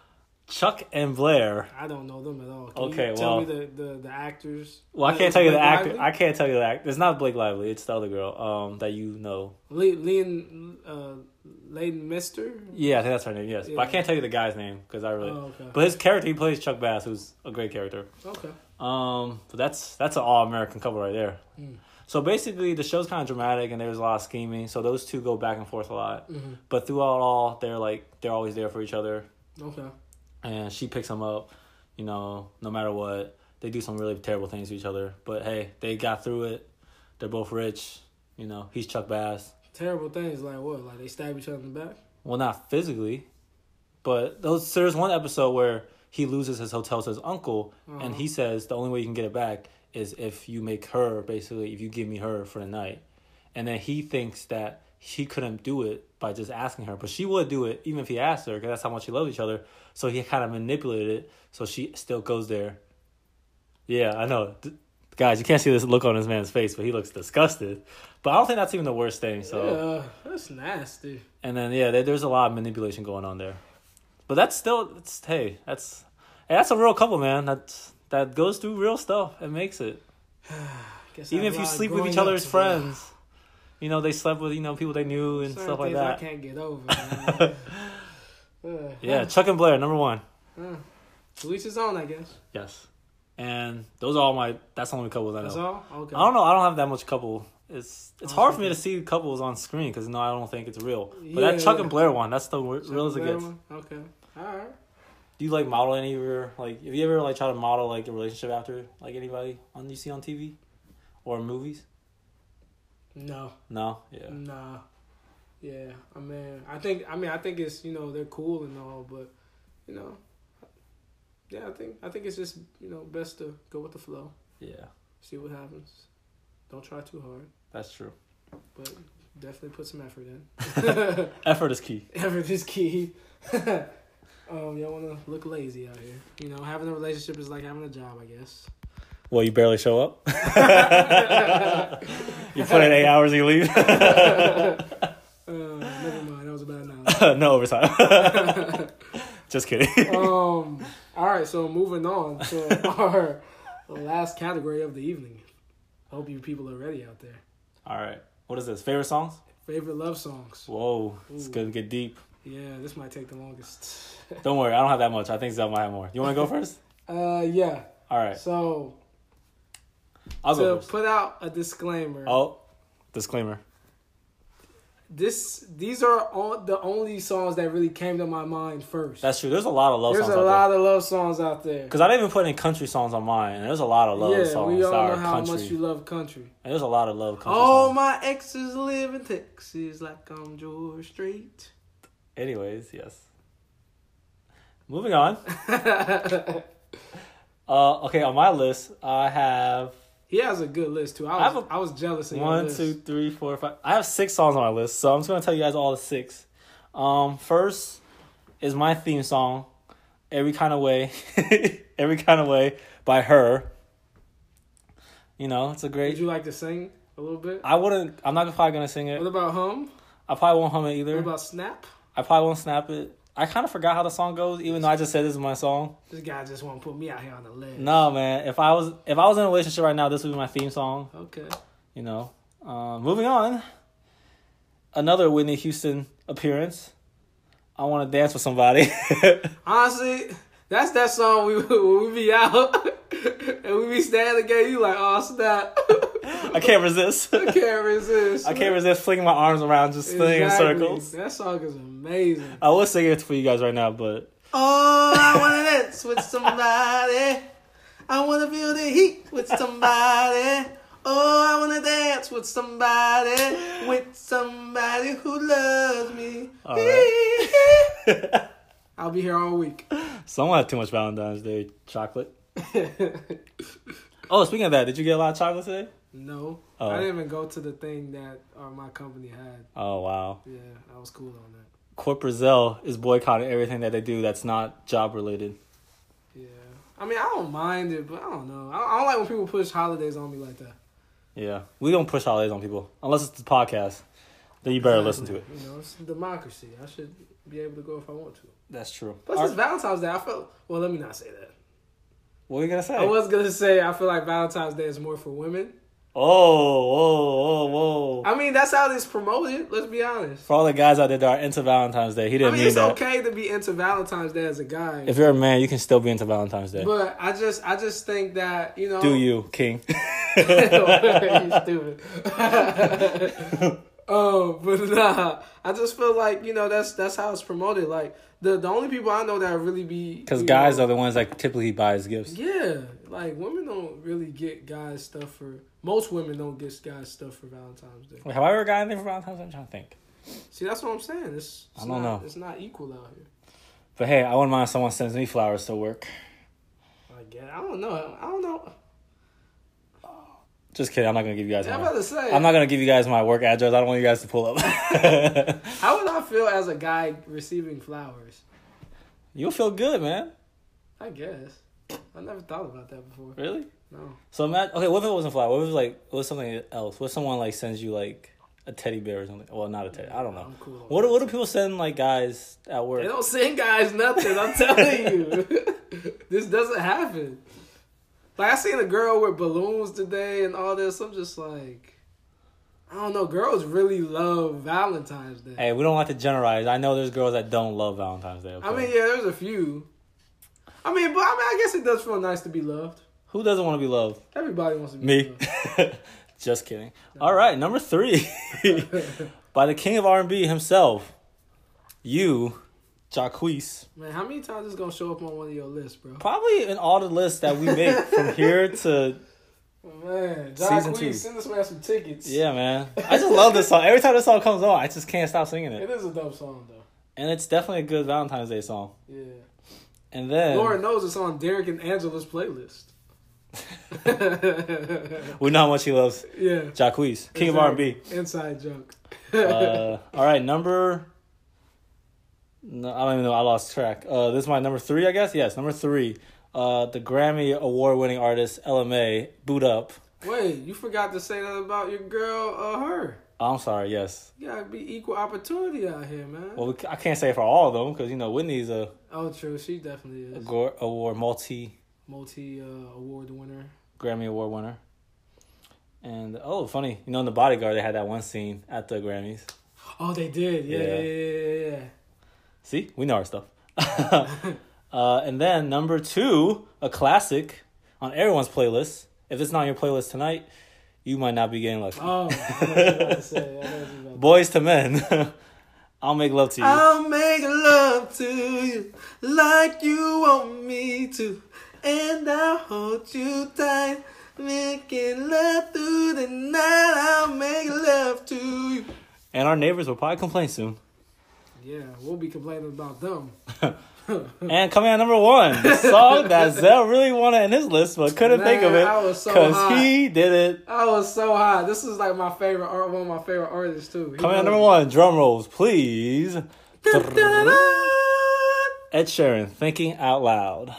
Chuck and Blair.
I don't know them at all. Can
Okay,
you tell
well-
me the, the, the actors.
Well, I
Uh,
can't tell you the
Blake
actor.
Lively?
I can't tell you the act. It's not Blake Lively. It's the other girl um, that you know.
Le- Lean, uh, Leighton Mister.
Yeah, I think that's her name. Yes, but I
Yeah.
can't tell you the guy's name because I really.
Oh, okay.
But his character, he plays Chuck Bass, who's a great character.
okay.
Um, but that's that's an all American couple right there.
Mm.
So basically, the show's kind of dramatic, and there's a lot of scheming. So those two go back and forth a lot.
Mhm.
But throughout all, they're like they're always there for each other.
Okay.
and she picks him up, you know, no matter what. They do some really terrible things to each other, but hey, they got through it. They're both rich, you know. He's Chuck Bass.
Terrible things like what? Like they stab each other in the back?
well, not physically, but those, there's one episode where he loses his hotel to his uncle, and he says the only way you can get it back is if you make her basically if you give me her for the night, and then he thinks that he couldn't do it by just asking her, but she would do it even if he asked her because that's how much he loved each other. So he kind of manipulated it, so she still goes there. Yeah, I know. D- Guys, you can't see this look on this man's face, but he looks disgusted. But I don't think that's even the worst thing. So
Yeah, that's nasty.
and then yeah, there, there's a lot of manipulation going on there. But that's still it's hey, that's hey, that's a real couple, man. That that goes through real stuff and makes it.
Guess I
Even if you
lied
sleep with
growing
each
up
other's
to
friends, you know they slept with you know people they knew
that.
and
Certain
stuff like
things I
that.
can't get over. man. uh, Ugh.
Yeah, Chuck and Blair number one.
uh, To each his own, I guess.
Yes, and those are all my. That's the only couples I know.
That's all. Okay.
I don't know. I don't have that much couple. It's it's
Oh,
hard for me
okay.
to see couples on screen because no, I don't think it's real. But
Yeah,
that Chuck
yeah.
and Blair one, that's the w-
Is that
real as
the
it
better
gets.
one? Okay. All right.
Do you like model any of your like? Have you ever like tried to model like a relationship after like anybody on you see on TV, or movies?
No.
No. Yeah.
Nah. Yeah. I mean, I think. I mean, I think it's you know they're cool and all, but you know. Yeah, I think I think it's just you know best to go with the flow,
Yeah,
see what happens. Don't try too hard,
that's true.
but definitely put some effort in.
Effort is key.
effort is key. um, y'all wanna look lazy out here. You know, having a relationship is like having a job, I guess.
Well, you barely show up. you put in eight hours, you leave.
Uh, never mind, that was a bad analogy.
no overtime. Just kidding.
um. All right. So moving on to our last category of the evening. Hope you people are ready out there.
All right. What is this? Favorite songs?
Favorite love songs.
Whoa, it's
Ooh.
gonna get deep.
Yeah, this might take the longest.
Don't worry, I don't have that much. I think Zell might have more. You want to go first?
Uh, yeah.
All right,
So
I'll
to
go first.
put out a disclaimer.
Oh, disclaimer.
This these are all the only songs that really came to my mind first.
That's true. There's a lot of love
There's
songs
a
out there.
lot of love songs out there.
Because I didn't even put any country songs on mine, and there's a lot of love
yeah,
songs
we all
that
know
are
how
country.
much you love country.
and there's a lot of love country
All
songs.
my exes live in Texas like I'm George Strait.
Anyways, yes. Moving on. Uh, okay, on my list, I have
He has a good list too. I
I
was, I
have a-
was jealous of your
One,
list.
two, three, four, five. I have six songs on my list, so I'm just gonna tell you guys all the six. Um, first is my theme song, "Every Kind of Way," "Every Kind of Way" by her. You know, it's a
Would
great.
you like to sing a little bit?
I wouldn't. I'm not probably gonna sing
What
it.
about hum?
I probably won't hum it
What
either.
about snap?
I probably won't snap it. I kind of forgot how the song goes, even though I just said this is my song.
This guy just want to put me out here on the ledge.
No, man. If I was if I was in a relationship right now, this would be my theme song.
Okay.
you know. Uh, moving on, another Whitney Houston appearance. I want to dance with somebody.
Honestly, that's that song we when we be out and we be standing together. You like, oh snap!
I can't resist.
I can't resist.
I can't resist flinging my arms around, just flinging in
Exactly.
circles.
That song is amazing.
I will sing it for you guys right now, but
Oh, I wanna dance with somebody. I wanna feel the heat with somebody. Oh, I wanna dance with somebody, with somebody who loves me.
All right.
I'll be here all week.
someone had too much Valentine's Day chocolate. Oh, speaking of that, did you get a lot of chocolate today?
no,
Oh.
I didn't even go to the thing that uh, my company had.
Oh wow,
Yeah, I was cool on that.
Corporate Zell is boycotting everything that they do that's not job related.
Yeah, I mean I don't mind it, but I don't know. I I don't like when people push holidays on me like that.
Yeah, we don't push holidays on people unless it's the podcast. Then you better listen to it.
You know, it's democracy. I should be able to go if I want to.
That's true.
Plus,
All
it's Valentine's Day. I felt. Well, let me not say that.
What are you gonna say?
I was gonna say I feel like Valentine's Day is more for women.
oh, whoa, whoa, whoa!
I mean, that's how it's promoted. Let's be honest.
For all the guys out there that are into Valentine's Day, he
I
didn't
mean,
mean
it's
that.
okay to be into Valentine's Day as a guy,
If you're a man, you can still be into Valentine's Day.
but I just, I just think that you know.
Do you, King?
you stupid. oh, but nah. I just feel like you know that's that's how it's promoted. Like the the only people I know that really be
Because
you
guys
know-
are the ones that typically buys gifts.
Yeah, like women don't really get guys stuff for most women don't get guys stuff for Valentine's Day.
Wait, have I ever gotten anything for Valentine's Day? I'm trying to think.
See, that's what I'm saying. It's, it's
I
not,
don't know.
It's not equal out here.
But hey, I wouldn't mind if someone sends me flowers to work.
I guess I don't know. I don't know.
Just kidding. I'm not gonna give you guys.
I'm
My,
about to say.
I'm not gonna give you guys my work address. I don't want you guys to pull up.
How would I feel as a guy receiving flowers?
You'll feel good, man.
I guess. I never thought about that before.
Really?
No.
So imagine. Okay, what if it wasn't flower? What if it was like what if something else? What if someone like sends you like a teddy bear or something? Well, not a teddy. I don't know.
I'm cool. on
What
that.
do, what do people send like guys at
They
work?
don't send guys nothing. I'm telling you, this doesn't happen. Like I seen a girl with balloons today and all this. I'm just like, I don't know. Girls really love Valentine's Day.
Hey, we don't like to generalize. I know there's girls that don't love Valentine's Day. Okay?
I mean, yeah, there's a few. I mean, but I mean, I guess it does feel nice to be loved.
who doesn't want to be loved?
Everybody wants to be
Me.
loved.
Just kidding. All right, number three, by the king of R and B himself, you, Jacquees.
Man, how many times is it gonna show up on one of your lists, bro?
Probably in all the lists that we make from here to
Oh, Man,
Season
Jacquees,
two.
send this man some tickets.
yeah, man. I just love this song. Every time this song comes on, I just can't stop singing it.
It is a dope song though.
And it's definitely a good Valentine's Day song.
Yeah.
And then
Lord knows it's on Derek and Angela's playlist.
we know how much he loves
yeah.
Jacquees, king of R and B.
Exactly. Inside joke.
uh, all right, number. No, I don't even know. I lost track. Uh, this is my number three, I guess. Yes, number three. Uh, the Grammy award-winning artist LMA, boot up.
Wait, you forgot to say that about your girl uh, her.
I'm sorry. Yes.
You gotta be equal opportunity out here, man.
Well, we, c- I can't say for all of them because you know Whitney's a
oh, true. She definitely is.
go- award multi
Multi uh, award winner.
Grammy award winner. And oh, funny. You know, in the Bodyguard, they had that one scene at the Grammys.
Oh, they did. Yeah,
Yeah.
yeah, yeah, yeah. yeah.
See, we know our stuff. uh, and then number two, a classic on everyone's playlist. If it's not on your playlist tonight, you might not be getting lucky.
Oh, I know what you're about to say. I know what you're about to
Boys to men, I'll make love to you.
I'll make love to you like you want me to, and I'll hold you tight, making love through the night. I'll make love to you.
and our neighbors will probably complain soon.
Yeah, we'll be complaining about them.
and coming at number one, the song that Zell really wanted in his list but couldn't think of
Man,
it
I was so hot.
he did it.
I was so hot. This is like my favorite art, one of my favorite artists too. He
Coming at
knows-
number one, drum rolls, please. Ed Sheeran, Thinking Out Loud.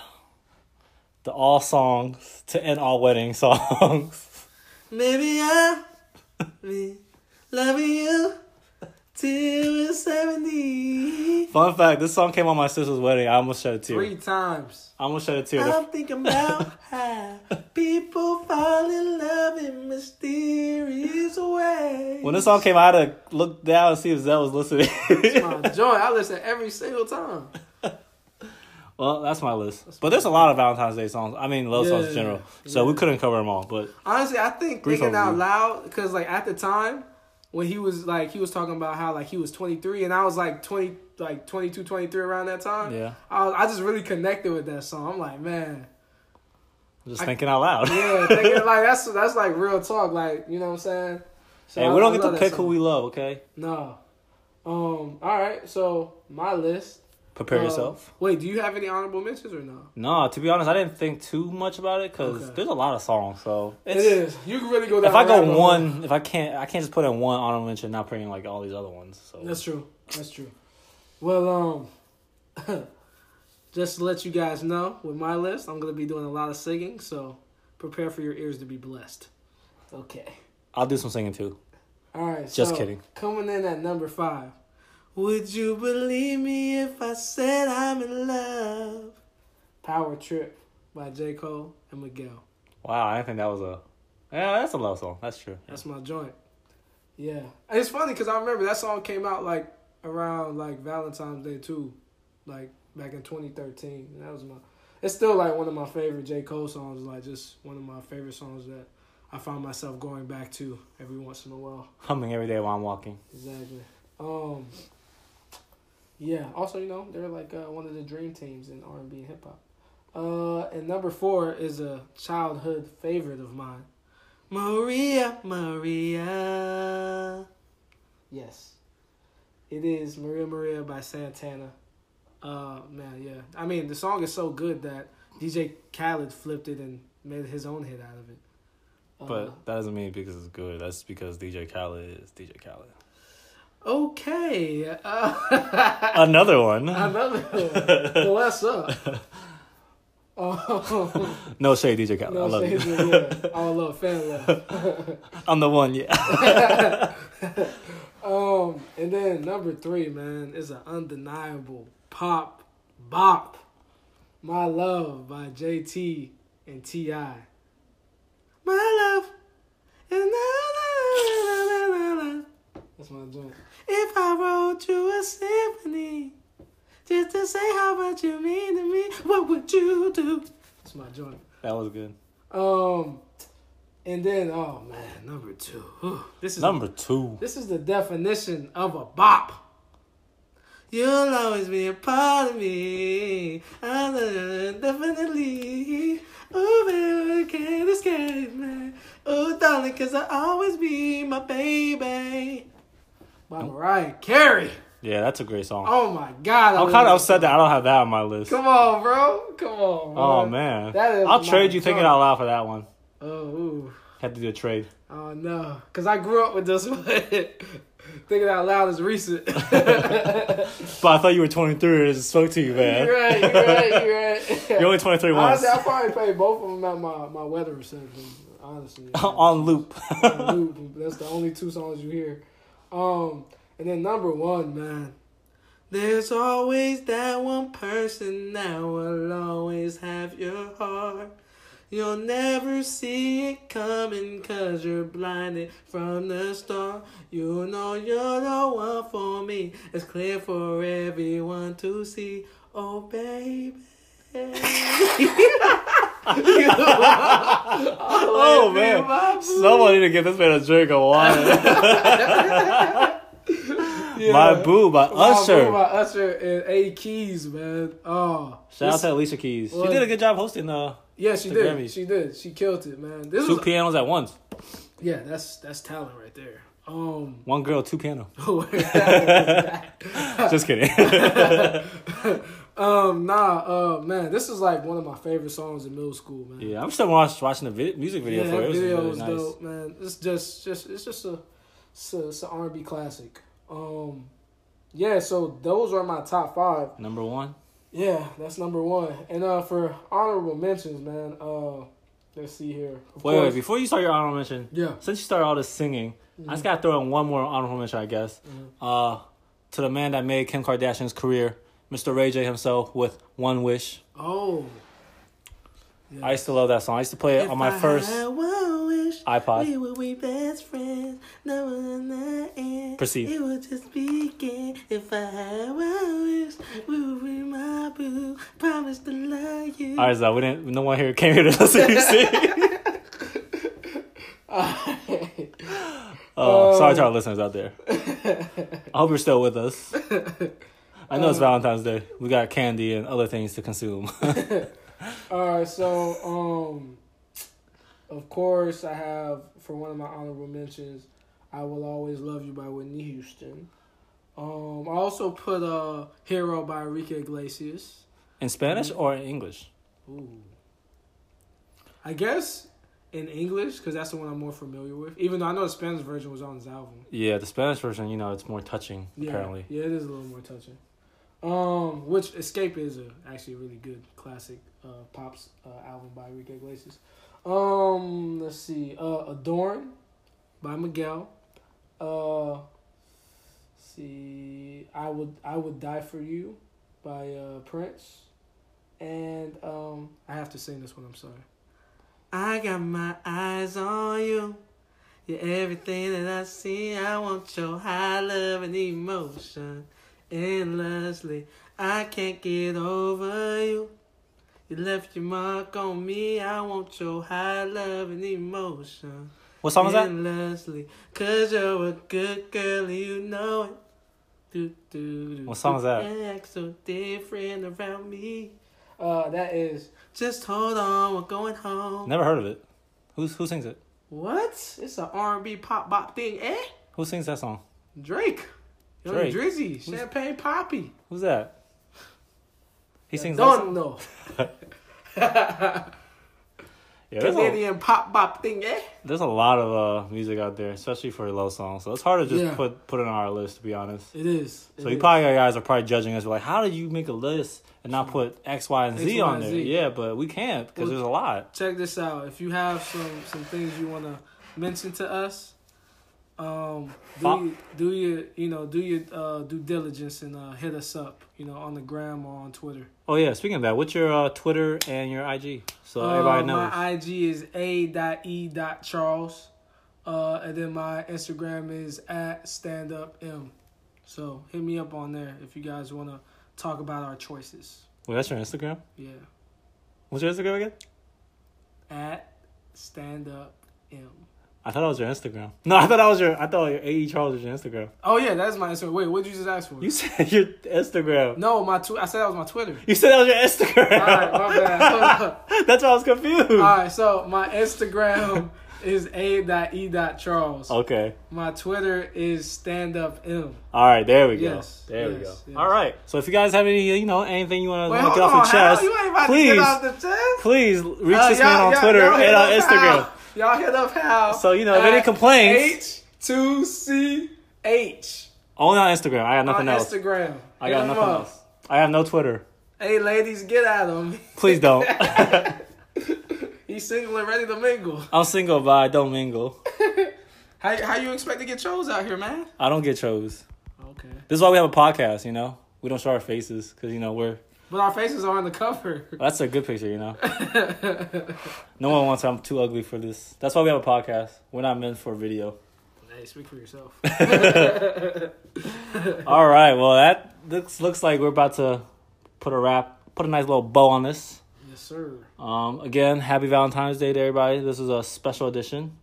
The all songs to end all wedding songs.
Maybe I'll be loving you till we're seventy.
Fun fact, this song came on my sister's wedding. I almost shed a tear.
Three times.
I almost shed a tear. The-
I'm thinking about how people fall in love in mysterious ways.
When this song came out, I had to look down and see if Zell was listening.
my joy, I listen every single time.
well, that's my list. But there's a lot of Valentine's Day songs. I mean, love songs in
Yeah,
general. So we couldn't cover them all. But
Honestly, I think
Brief
thinking
overview.
out loud because like at the time when he was like he was talking about how like he was 23 and I was like 20 like 22 23 around that time.
yeah,
I, I just really connected with that song. I'm like, man,
just
I-
thinking out loud.
yeah, thinking, like that's that's like real talk. Like you know what I'm saying. So
hey,
I-
we
I
don't get
love
to
that
pick
song.
who we love, okay?
No. Um. All right. So my list.
Prepare
Uh,
yourself.
Wait, do you have any honorable mentions or no?
No, to be honest, I didn't think too much about it because
Okay.
there's a lot of songs. So
It
it's,
is. You can really go down.
if I
the rabbit
go
hole.
one, if I can't, I can't just put in one honorable mention, not putting in, like all these other ones. So
that's true. That's true. Well, um, just to let you guys know, with my list, I'm gonna be doing a lot of singing, so prepare for your ears to be blessed. Okay.
I'll do some singing too.
All right.
Just
so,
kidding.
Coming in at number five. Would you believe me if I said I'm in love? Power Trip by J. Cole and Miguel.
Wow, I didn't think that was a. Yeah, that's a love song. That's true.
That's my joint. Yeah, and it's funny because I remember that song came out like around like Valentine's Day too, like back in 2013. And that was my. It's still like one of my favorite J Cole songs. Like just one of my favorite songs that I find myself going back to every once in a while.
Humming every day while I'm walking.
Exactly. Um. Yeah. Also, you know, they're like uh, one of the dream teams in R and B and hip hop. Uh, and number four is a childhood favorite of mine, Maria Maria. Yes, It is Maria Maria by Santana. Uh man, yeah. I mean, the song is so good that DJ Khaled flipped it and made his own hit out of it. Uh,
But that doesn't mean because it's good. That's because DJ Khaled is DJ Khaled.
okay. Uh,
Another one.
another one. Well, What's up? Oh,
No shade, DJ Khaled. I
no,
love
shade,
you.
yeah. All love, fan love.
I'm the one. Yeah.
Um, and then number three, man, is an undeniable pop bop. My Love by JT and T.I. My love. and na- na- na- na- na- na. That's my joint. If I wrote you a symphony just to say how much you mean to me, what would you do? That's my joint.
That was good.
Um, and then, oh man, number two. Whew, this is
Number two.
this is the definition of a bop. You'll always be a part of me. I love definitely. Oh, baby, can't escape me. Oh, darling, cause I'll always be my baby. By Mariah Carey.
Yeah, that's a great song.
Oh my God. I
I'm kind of
love
upset
that.
that I don't have that on my list.
Come on, bro. Come on.
Oh man,
That is
I'll
my
trade you thinking
junk.
out loud for that one.
Oh, ooh.
Had to do a trade.
Oh no, cause I grew up with this one. Thinking out loud is recent.
But I thought you were 23. I just spoke to you, man.
You're right. You're right. You're right.
You're only 23 once.
Honestly, I probably play both of them at my, my weather reception. Honestly,
on loop.
On loop. That's the only two songs you hear. Um, and then number one, man. There's always that one person that will always have your heart. You'll never see it coming cause you're blinded from the start. You know you're the one for me. It's clear for everyone to see. Oh, baby.
Oh, man. Someone need to give this man a drink of water. My Boo by
Usher.
Usher.
By Usher and A Keys, man. Oh.
Shout out
this-
to Alicia Keys. She
Well-
did a good job hosting uh,
Yeah, she
the
did.
Grammys.
She did. She killed it, man. This
two
was
pianos at once.
Yeah, that's that's talent right there. Um
One girl, two piano.
um
Just kidding.
nah, uh man, this is like one of my favorite songs in middle school, man.
yeah, I'm still watch, watching the vid- music video
Yeah,
for it. It
that
was
video
really
was
nice.
dope, man. It's just, just, it's just a, it's a, it's an R and B classic. Um, yeah. So those are my top five.
Number one.
Yeah, that's number one. And uh, for honorable mentions, man. Uh, let's see here. Of
Wait, wait,
course-
before you start your honorable mention,
Yeah.
since you started all this singing, I just gotta throw in one more honorable mention, I guess.
Mhm.
Uh, to the man that made Kim Kardashian's career, Mr. Ray J himself, with One Wish.
Oh. Yeah.
I used to love that song. I used to play it on my
If I
first Uh,
had one wish,
iPod.
We would be best friends. No one on the end.
Proceed.
It would just begin. If I had one wish, we would be my boo. Promise to love you.
All right, Zah, we didn't. No one here came here to listen to you sing. Oh, sorry to our listeners out there. I hope you're still with us. I know it's Valentine's Day. We got candy and other things to consume.
All right, so um, of course I have for one of my honorable mentions, I will always love you by Whitney Houston. Um, I also put uh, Hero by Enrique Iglesias.
in Spanish or in English?
Ooh. I guess in English because that's the one I'm more familiar with. Even though I know the Spanish version was on his album.
Yeah, the Spanish version, you know, it's more touching,
Yeah,
apparently.
yeah, it is a little more touching. Um, which Escape is a, actually a really good classic uh, pops uh, album by Enrique Iglesias. Um, let's see, uh, Adorn by Miguel. Uh, let's see, I would I would die for you by uh, Prince, and um, I have to sing this one. I'm sorry. I got my eyes on you. You're everything that I see. I want your high love and emotion endlessly. I can't get over you. You left your mark on me. I want your high love and emotion
What song is that?
endlessly. Cause you're a good girl and you know it. Do, do, do,
What song is
do.
that?
Act so different around me. Uh, that is. Just hold on, we're going home.
Never heard of it. Who's, who sings it?
What? It's an R&B pop bop thing, eh?
Who sings that song?
Drake. Young
Drake.
Drizzy, Champagne Poppy.
Who's that? He sings. lots-
Don't know.
Yeah, there's, a,
Canadian pop bop thing, eh?
there's a lot of uh, music out there, especially for low songs. So it's hard to just
Yeah.
put put it on our list, to be honest.
It is.
So
It
you
is.
probably got guys are probably judging us. We're like, how did you make a list and not put X, Y, and Z
X, Y,
on
and
there?
Z.
Yeah, but we can't because
Well-
there's a lot.
check this out. If you have some some things you want to mention to us, um, do
Fo-
you, do your you know do your uh, due diligence and uh, hit us up. You know on the gram or on Twitter.
Oh yeah, speaking of that, what's your uh, Twitter and your IG? So everybody
Uh,
knows.
My IG is a.e.charles. Uh, and then my Instagram is at standupm. So hit me up on there if you guys want to talk about our choices.
Wait, that's your Instagram.
Yeah.
What's your Instagram again?
At standupm.
I thought that was your Instagram. No, I thought that was your. I thought your AE Charles was your Instagram.
Oh, yeah, that's my Instagram. Wait, what did you just ask for?
You said your Instagram.
no, my tw- I said that was my Twitter.
You said that was your Instagram.
All right, my bad.
That's why I was confused.
All right, so my Instagram is a.e.charles.
Okay.
My Twitter is standupm.
All right. There we go.
Yes,
There we go.
yes, yes.
All right. So if you guys have any, you know, anything you want
Wait,
to
hold
get off
on,
your chest,
how? You ain't about to get
please,
off the chest?
please reach
Uh,
this man
y'all-
on
y'all-
Twitter
y'all hit
and on
up
Instagram.
Hal. Y'all hit up how.
So, you know, if any complaints-
H2CH
Only on Instagram. I got
on
nothing else.
Instagram.
I
Hit
got
him
nothing
up.
else. I have no Twitter.
Hey, ladies, get at him.
Please don't.
He's single and ready to mingle.
I'm single, but I don't mingle.
How, how you expect to get chose out here, man?
I don't get chose.
Okay.
This is why we have a podcast. You know, we don't show our faces because you know we're.
But our faces are on the cover.
That's a good picture. You know. No one wants. I'm too ugly for this. That's why we have a podcast. We're not meant for video.
hey, speak for yourself.
All right. Well, that looks looks like we're about to put a wrap, put a nice little bow on this.
yes, sir.
Um, again, happy Valentine's Day to everybody. This is a special edition,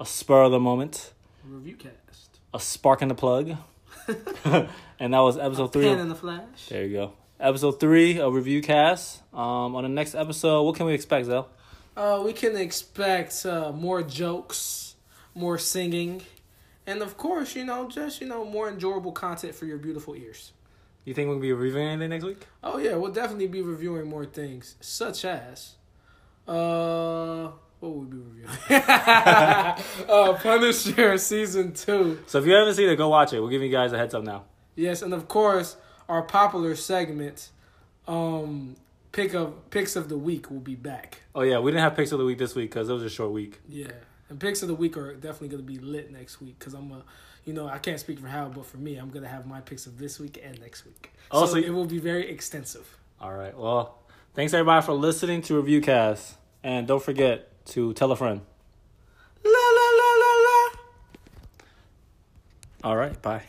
a spur of the moment,
Review cast.
a spark in the plug, and that was episode three.
Pen
Of,
in the flash.
there you go. Episode three of review cast. Um, on the next episode, what can we expect, Zell?
Uh, we can expect uh, more jokes, more singing, and of course, you know, just you know, more enjoyable content for your beautiful ears.
You think we'll be reviewing anything next week?
Oh yeah, we'll definitely be reviewing more things, such as, uh, what would we be reviewing? uh, Punisher season two.
So if you haven't seen it, go watch it. We'll give you guys a heads up now.
Yes, and of course, our popular segment, um, pick of picks of the week will be back.
Oh yeah, we didn't have picks of the week this week because it was a short week.
Yeah, and picks of the week are definitely going to be lit next week because I'm a, you know, I can't speak for Howard, but for me, I'm going to have my picks of this week and next week.
Also-
so it will be very extensive.
All right. Well, thanks everybody for listening to Reviewcast, and don't forget to tell a friend.
La la la la la.
All right. Bye.